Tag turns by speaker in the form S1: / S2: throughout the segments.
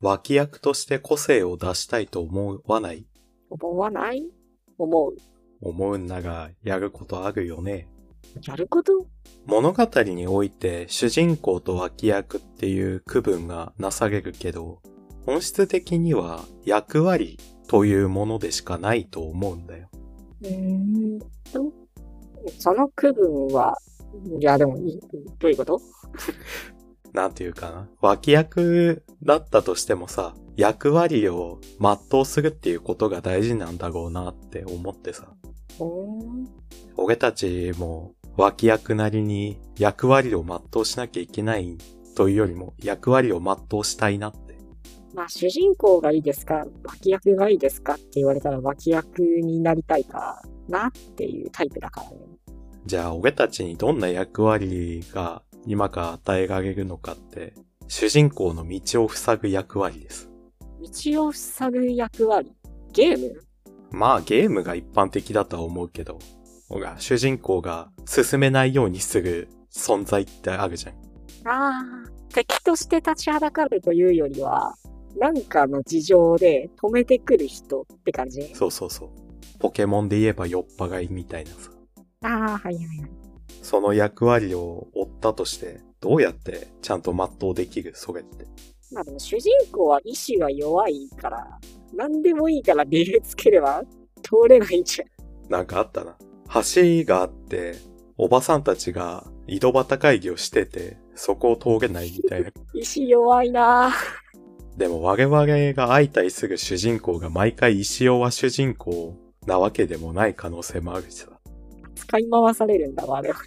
S1: 脇役として個性を出したいと思わない
S2: 思わない思う。
S1: 思うんだが、やることあるよね。
S2: やること
S1: 物語において主人公と脇役っていう区分がなされるけど、本質的には役割というものでしかないと思うんだよ。
S2: うーんと、その区分は、いや、でもいい、どういうこと
S1: なんていうかな。脇役だったとしてもさ、役割を全うするっていうことが大事なんだろうなって思ってさ。
S2: うーん
S1: 俺たちも脇役なりに役割を全うしなきゃいけないというよりも役割を全うしたいなって。
S2: まあ、主人公がいいですか、脇役がいいですかって言われたら、脇役になりたいかなっていうタイプだからね。
S1: じゃあ俺たちにどんな役割が今から与えられるのかって、主人公の道を塞ぐ役割です。
S2: 道を塞ぐ役割。ゲーム
S1: まあゲームが一般的だとは思うけど、ほら、主人公が進めないようにする存在ってあるじゃん。
S2: ああ、敵として立ちはだかるというよりは、なんかの事情で止めてくる人って感じ。
S1: そうそうそう。ポケモンで言えば酔っ払いみたいなさ。
S2: ああ、はいはいはい。
S1: その役割を負ったとして、どうやってちゃんと全うできるそれって。
S2: まあでも主人公は意志が弱いから、何でもいいから理由つければ通れないんじゃん。
S1: なんかあったな。橋があって、おばさんたちが井戸端会議をしてて、そこを通れないみたいな。
S2: 意志弱いなあ
S1: でも我々が相対する主人公が毎回石尾は主人公なわけでもない可能性もあるしさ。
S2: 使い回されるんだわ、あれは。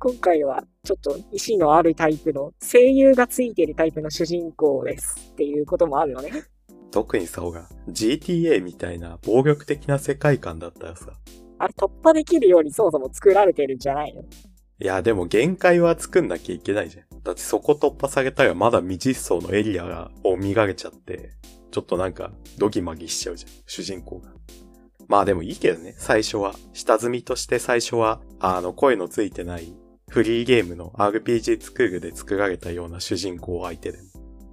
S2: 今回はちょっと意志のあるタイプの、声優がついてるタイプの主人公ですっていうこともあるよね。
S1: 特にさ、ほが GTA みたいな暴力的な世界観だったらさ。
S2: あれ突破できるようにそもそも作られてるんじゃないの
S1: いや、でも限界は作んなきゃいけないじゃん。だってそこ突破されたらまだ未実装のエリアを見られちゃって、ちょっとなんかドギマギしちゃうじゃん、主人公が。まあでもいいけどね、最初は。下積みとして最初は、あの、声のついてないフリーゲームの RPG スクールで作られたような主人公を相手でも。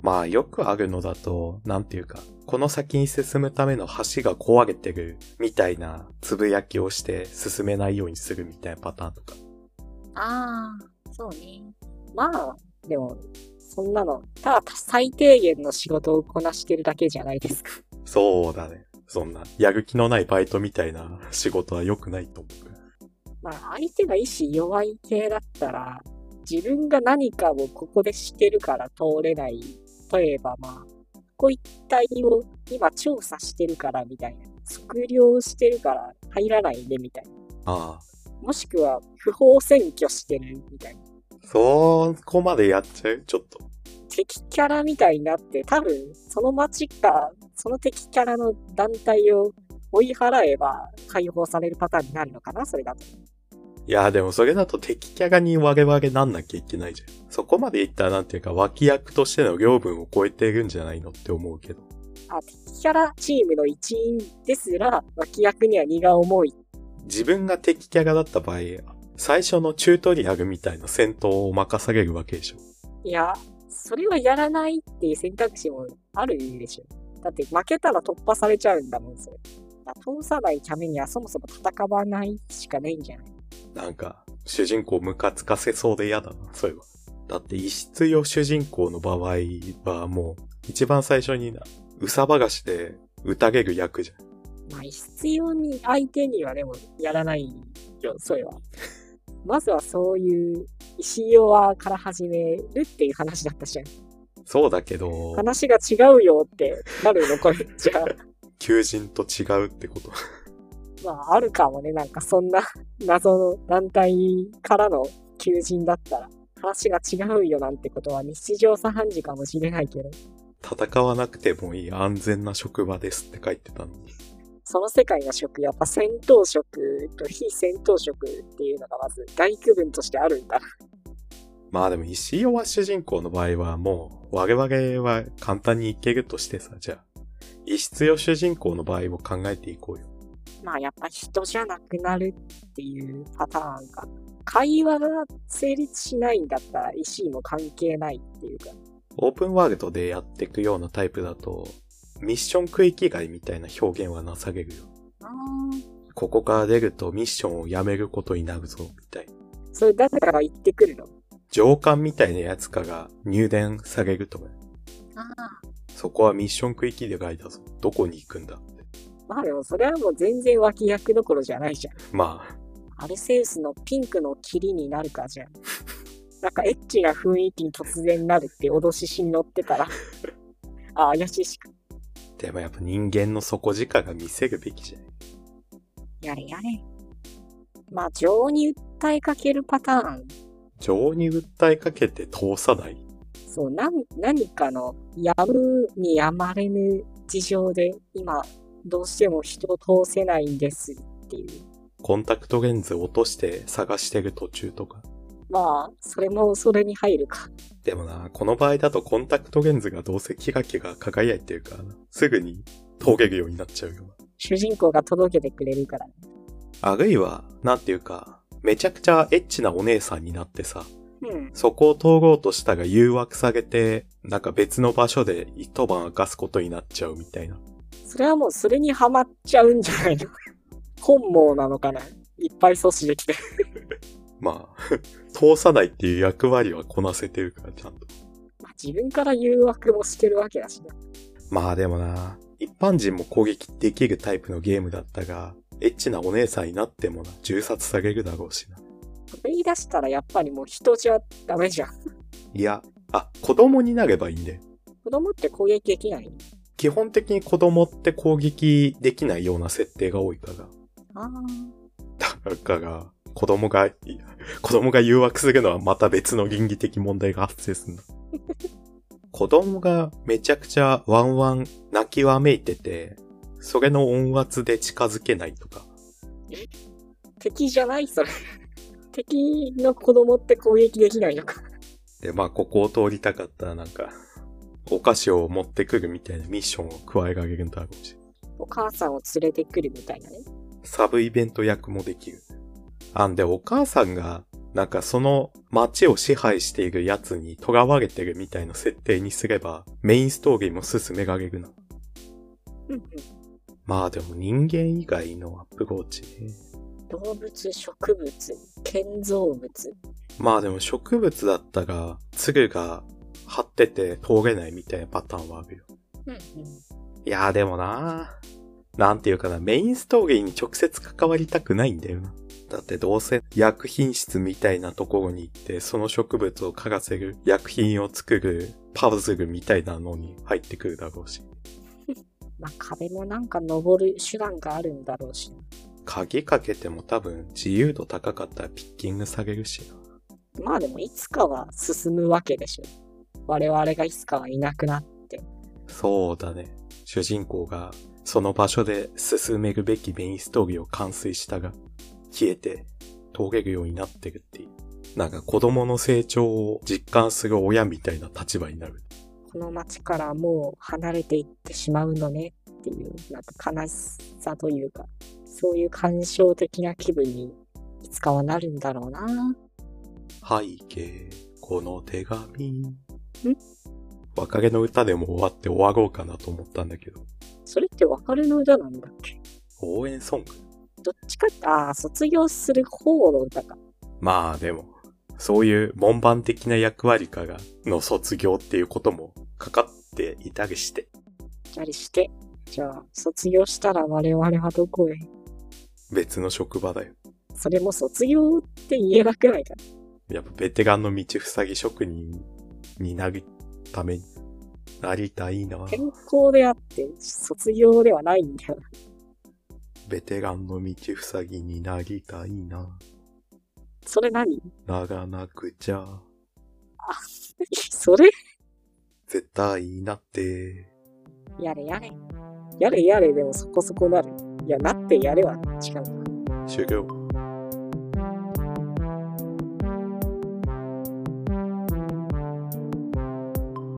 S1: まあよくあるのだと、なんていうか、この先に進むための橋が壊れてるみたいなつぶやきをして進めないようにするみたいなパターンとか。
S2: ああ、そうね。まあ、でも、そんなの、ただ最低限の仕事をこなしてるだけじゃないですか。
S1: そうだね。そんな、やる気のないバイトみたいな仕事は良くないと思う。
S2: まあ、相手が意志弱い系だったら、自分が何かをここでしてるから通れない。例えばまあ、こういった意を今調査してるからみたいな。測量してるから入らないでみたいな。
S1: ああ。
S2: もしくは、不法占拠してるみたいな。
S1: そこまでやっちゃうちょっと。
S2: 敵キャラみたいになって、多分、その町か、その敵キャラの団体を追い払えば解放されるパターンになるのかな、それだと。
S1: いや、でもそれだと敵キャラに我々なんなきゃいけないじゃん。そこまでいったらなんていうか脇役としての業分を超えてるんじゃないのって思うけど。
S2: あ、敵キャラチームの一員ですら、脇役には荷が重い。
S1: 自分が敵キャラだった場合、最初のチュートリアルみたいな戦闘を任されるわけでしょ。
S2: いや、それはやらないっていう選択肢もあるでしょ。だって、負けたら突破されちゃうんだもん、それ。だから通さないためにはそもそも戦わないしかないんじゃない
S1: なんか、主人公ムカつかせそうで嫌だな、そういえば。だって、異質よ主人公の場合はもう、一番最初にな、うさばがしで宴ぐ役じゃん。
S2: まあ、必要に相手にはでもやらないよ、それは。まずはそういう石弱から始めるっていう話だったじゃん。
S1: そうだけど、
S2: 話が違うよってなるの、これ。じゃあ、
S1: 求人と違うってこと。
S2: まあ、あるかもね。なんかそんな 謎の団体からの求人だったら、話が違うよなんてことは日常茶飯事かもしれないけど、
S1: 戦わなくてもいい安全な職場ですって書いてたのに。
S2: その世界の職、やっぱ戦闘職と非戦闘職っていうのがまず大区分としてあるんだ。
S1: まあでも、石尾は主人公の場合はもう、我々は簡単にいけるとしてさ、じゃあ、異質よ主人公の場合を考えていこうよ。
S2: まあやっぱ人じゃなくなるっていうパターンか。会話が成立しないんだったら石も関係ないっていうか。
S1: オープンワールドでやっていくようなタイプだと、ミッション区域外みたいな表現はなされるよ。
S2: あー
S1: ここから出るとミッションをやめることになるぞ、みたいな。
S2: それ誰かが言ってくるの
S1: 上官みたいなやつかが入電されるとか、
S2: あ
S1: そこはミッション区域外だぞ。どこに行くんだって。
S2: まあでもそれはもう全然脇役どころじゃないじゃん。
S1: まあ、
S2: アルセウスのピンクの霧になるかじゃん。なんかエッチな雰囲気に突然なるって脅ししに乗ってたら、あ、怪しいしか、
S1: でもやっぱ人間の底力が見せるべきじゃない。
S2: やれやれ。まあ、情に訴えかけるパターン。
S1: 情に訴えかけて通さない。
S2: そう、なん何かのやむにやまれぬ事情で、今、どうしても人を通せないんですっていう。
S1: コンタクトレンズ落として探してる途中とか。
S2: まあ、それもそれに入るか。
S1: でもな、この場合だとコンタクトレンズがどうせキラキラ輝いてるからな、すぐに通れるようになっちゃうよ。
S2: 主人公が届けてくれるから。
S1: あるいは、なんていうか、めちゃくちゃエッチなお姉さんになってさ、
S2: うん。
S1: そこを通ろうとしたが誘惑されて、なんか別の場所で一晩明かすことになっちゃうみたいな。
S2: それはもうそれにはまっちゃうんじゃないの 本望なのかないっぱい阻止できて。
S1: まあ、 通さないっていう役割はこなせてるからちゃんと。
S2: まあ、自分から誘惑もしてるわけだしな。
S1: まあでもな、一般人も攻撃できるタイプのゲームだったが、エッチなお姉さんになってもな、銃殺されるだろうしな。
S2: それ言い出したらやっぱりもう人じゃダメじゃん。
S1: いや、あ、子供になればいいんだよ。
S2: 子供って攻撃できない
S1: 基本的に子供って攻撃できないような設定が多いから。
S2: ああ。
S1: だから、子供が、いや子供が誘惑するのはまた別の倫理的問題が発生するんだ。子供がめちゃくちゃワンワン泣きわめいてて、それの音圧で近づけないとか。
S2: 敵じゃないそれ。 敵の子供って攻撃できないのか。
S1: で、まあ、ここを通りたかったらなんか、お菓子を持ってくるみたいなミッションを加えられるんだろうし。
S2: お母さんを連れてくるみたいなね。
S1: サブイベント役もできる。あんで、お母さんが、なんかその街を支配している奴に囚われてるみたいな設定にすれば、メインストーリーも進められるな。
S2: うんうん。
S1: まあでも人間以外のアプローチね。
S2: 動物、植物、建造物。
S1: まあでも植物だったが、鶴が張ってて通れないみたいなパターンはあるよ。
S2: うんうん。
S1: いやーでもなーなんていうかな、メインストーリーに直接関わりたくないんだよな。だってどうせ薬品室みたいなところに行って、その植物を嗅がせる、薬品を作る、パズルみたいなのに入ってくるだろうし。
S2: まあ壁もなんか登る手段があるんだろうし。
S1: 鍵かけても多分自由度高かったらピッキングされるしな。
S2: まあでもいつかは進むわけでしょ。我々がいつかはいなくなって。
S1: そうだね。主人公がその場所で進めるべきメインストーリーを完遂したが、消えて通れるようになってるっていう。なんか子供の成長を実感する親みたいな立場になる。
S2: この町からもう離れていってしまうのねっていう、なんか悲しさというか、そういう感傷的な気分にいつかはなるんだろうな。
S1: 背景、この手紙。ん別れの歌でも終わって終わろうかなと思ったんだけど。
S2: それって別れの歌なんだっけ
S1: 応援ソング
S2: どっちかって、ああ、卒業する方の歌か。
S1: まあでも、そういう門番的な役割からの卒業っていうこともかかっていたりして。
S2: たりして。じゃあ、卒業したら我々はどこへ
S1: 別の職場だよ。
S2: それも卒業って言えなくないか
S1: やっぱベテランの道塞ぎ職人になるためになりたいな。
S2: 転校であって、卒業ではないんだよ。
S1: ベテランの道塞ぎになりたいな。
S2: それ何
S1: ならなくちゃ、
S2: それ
S1: 絶対なって。
S2: やれやれ。やれやれでもそこそこなる。いや、なってやれは違うな。
S1: 終了。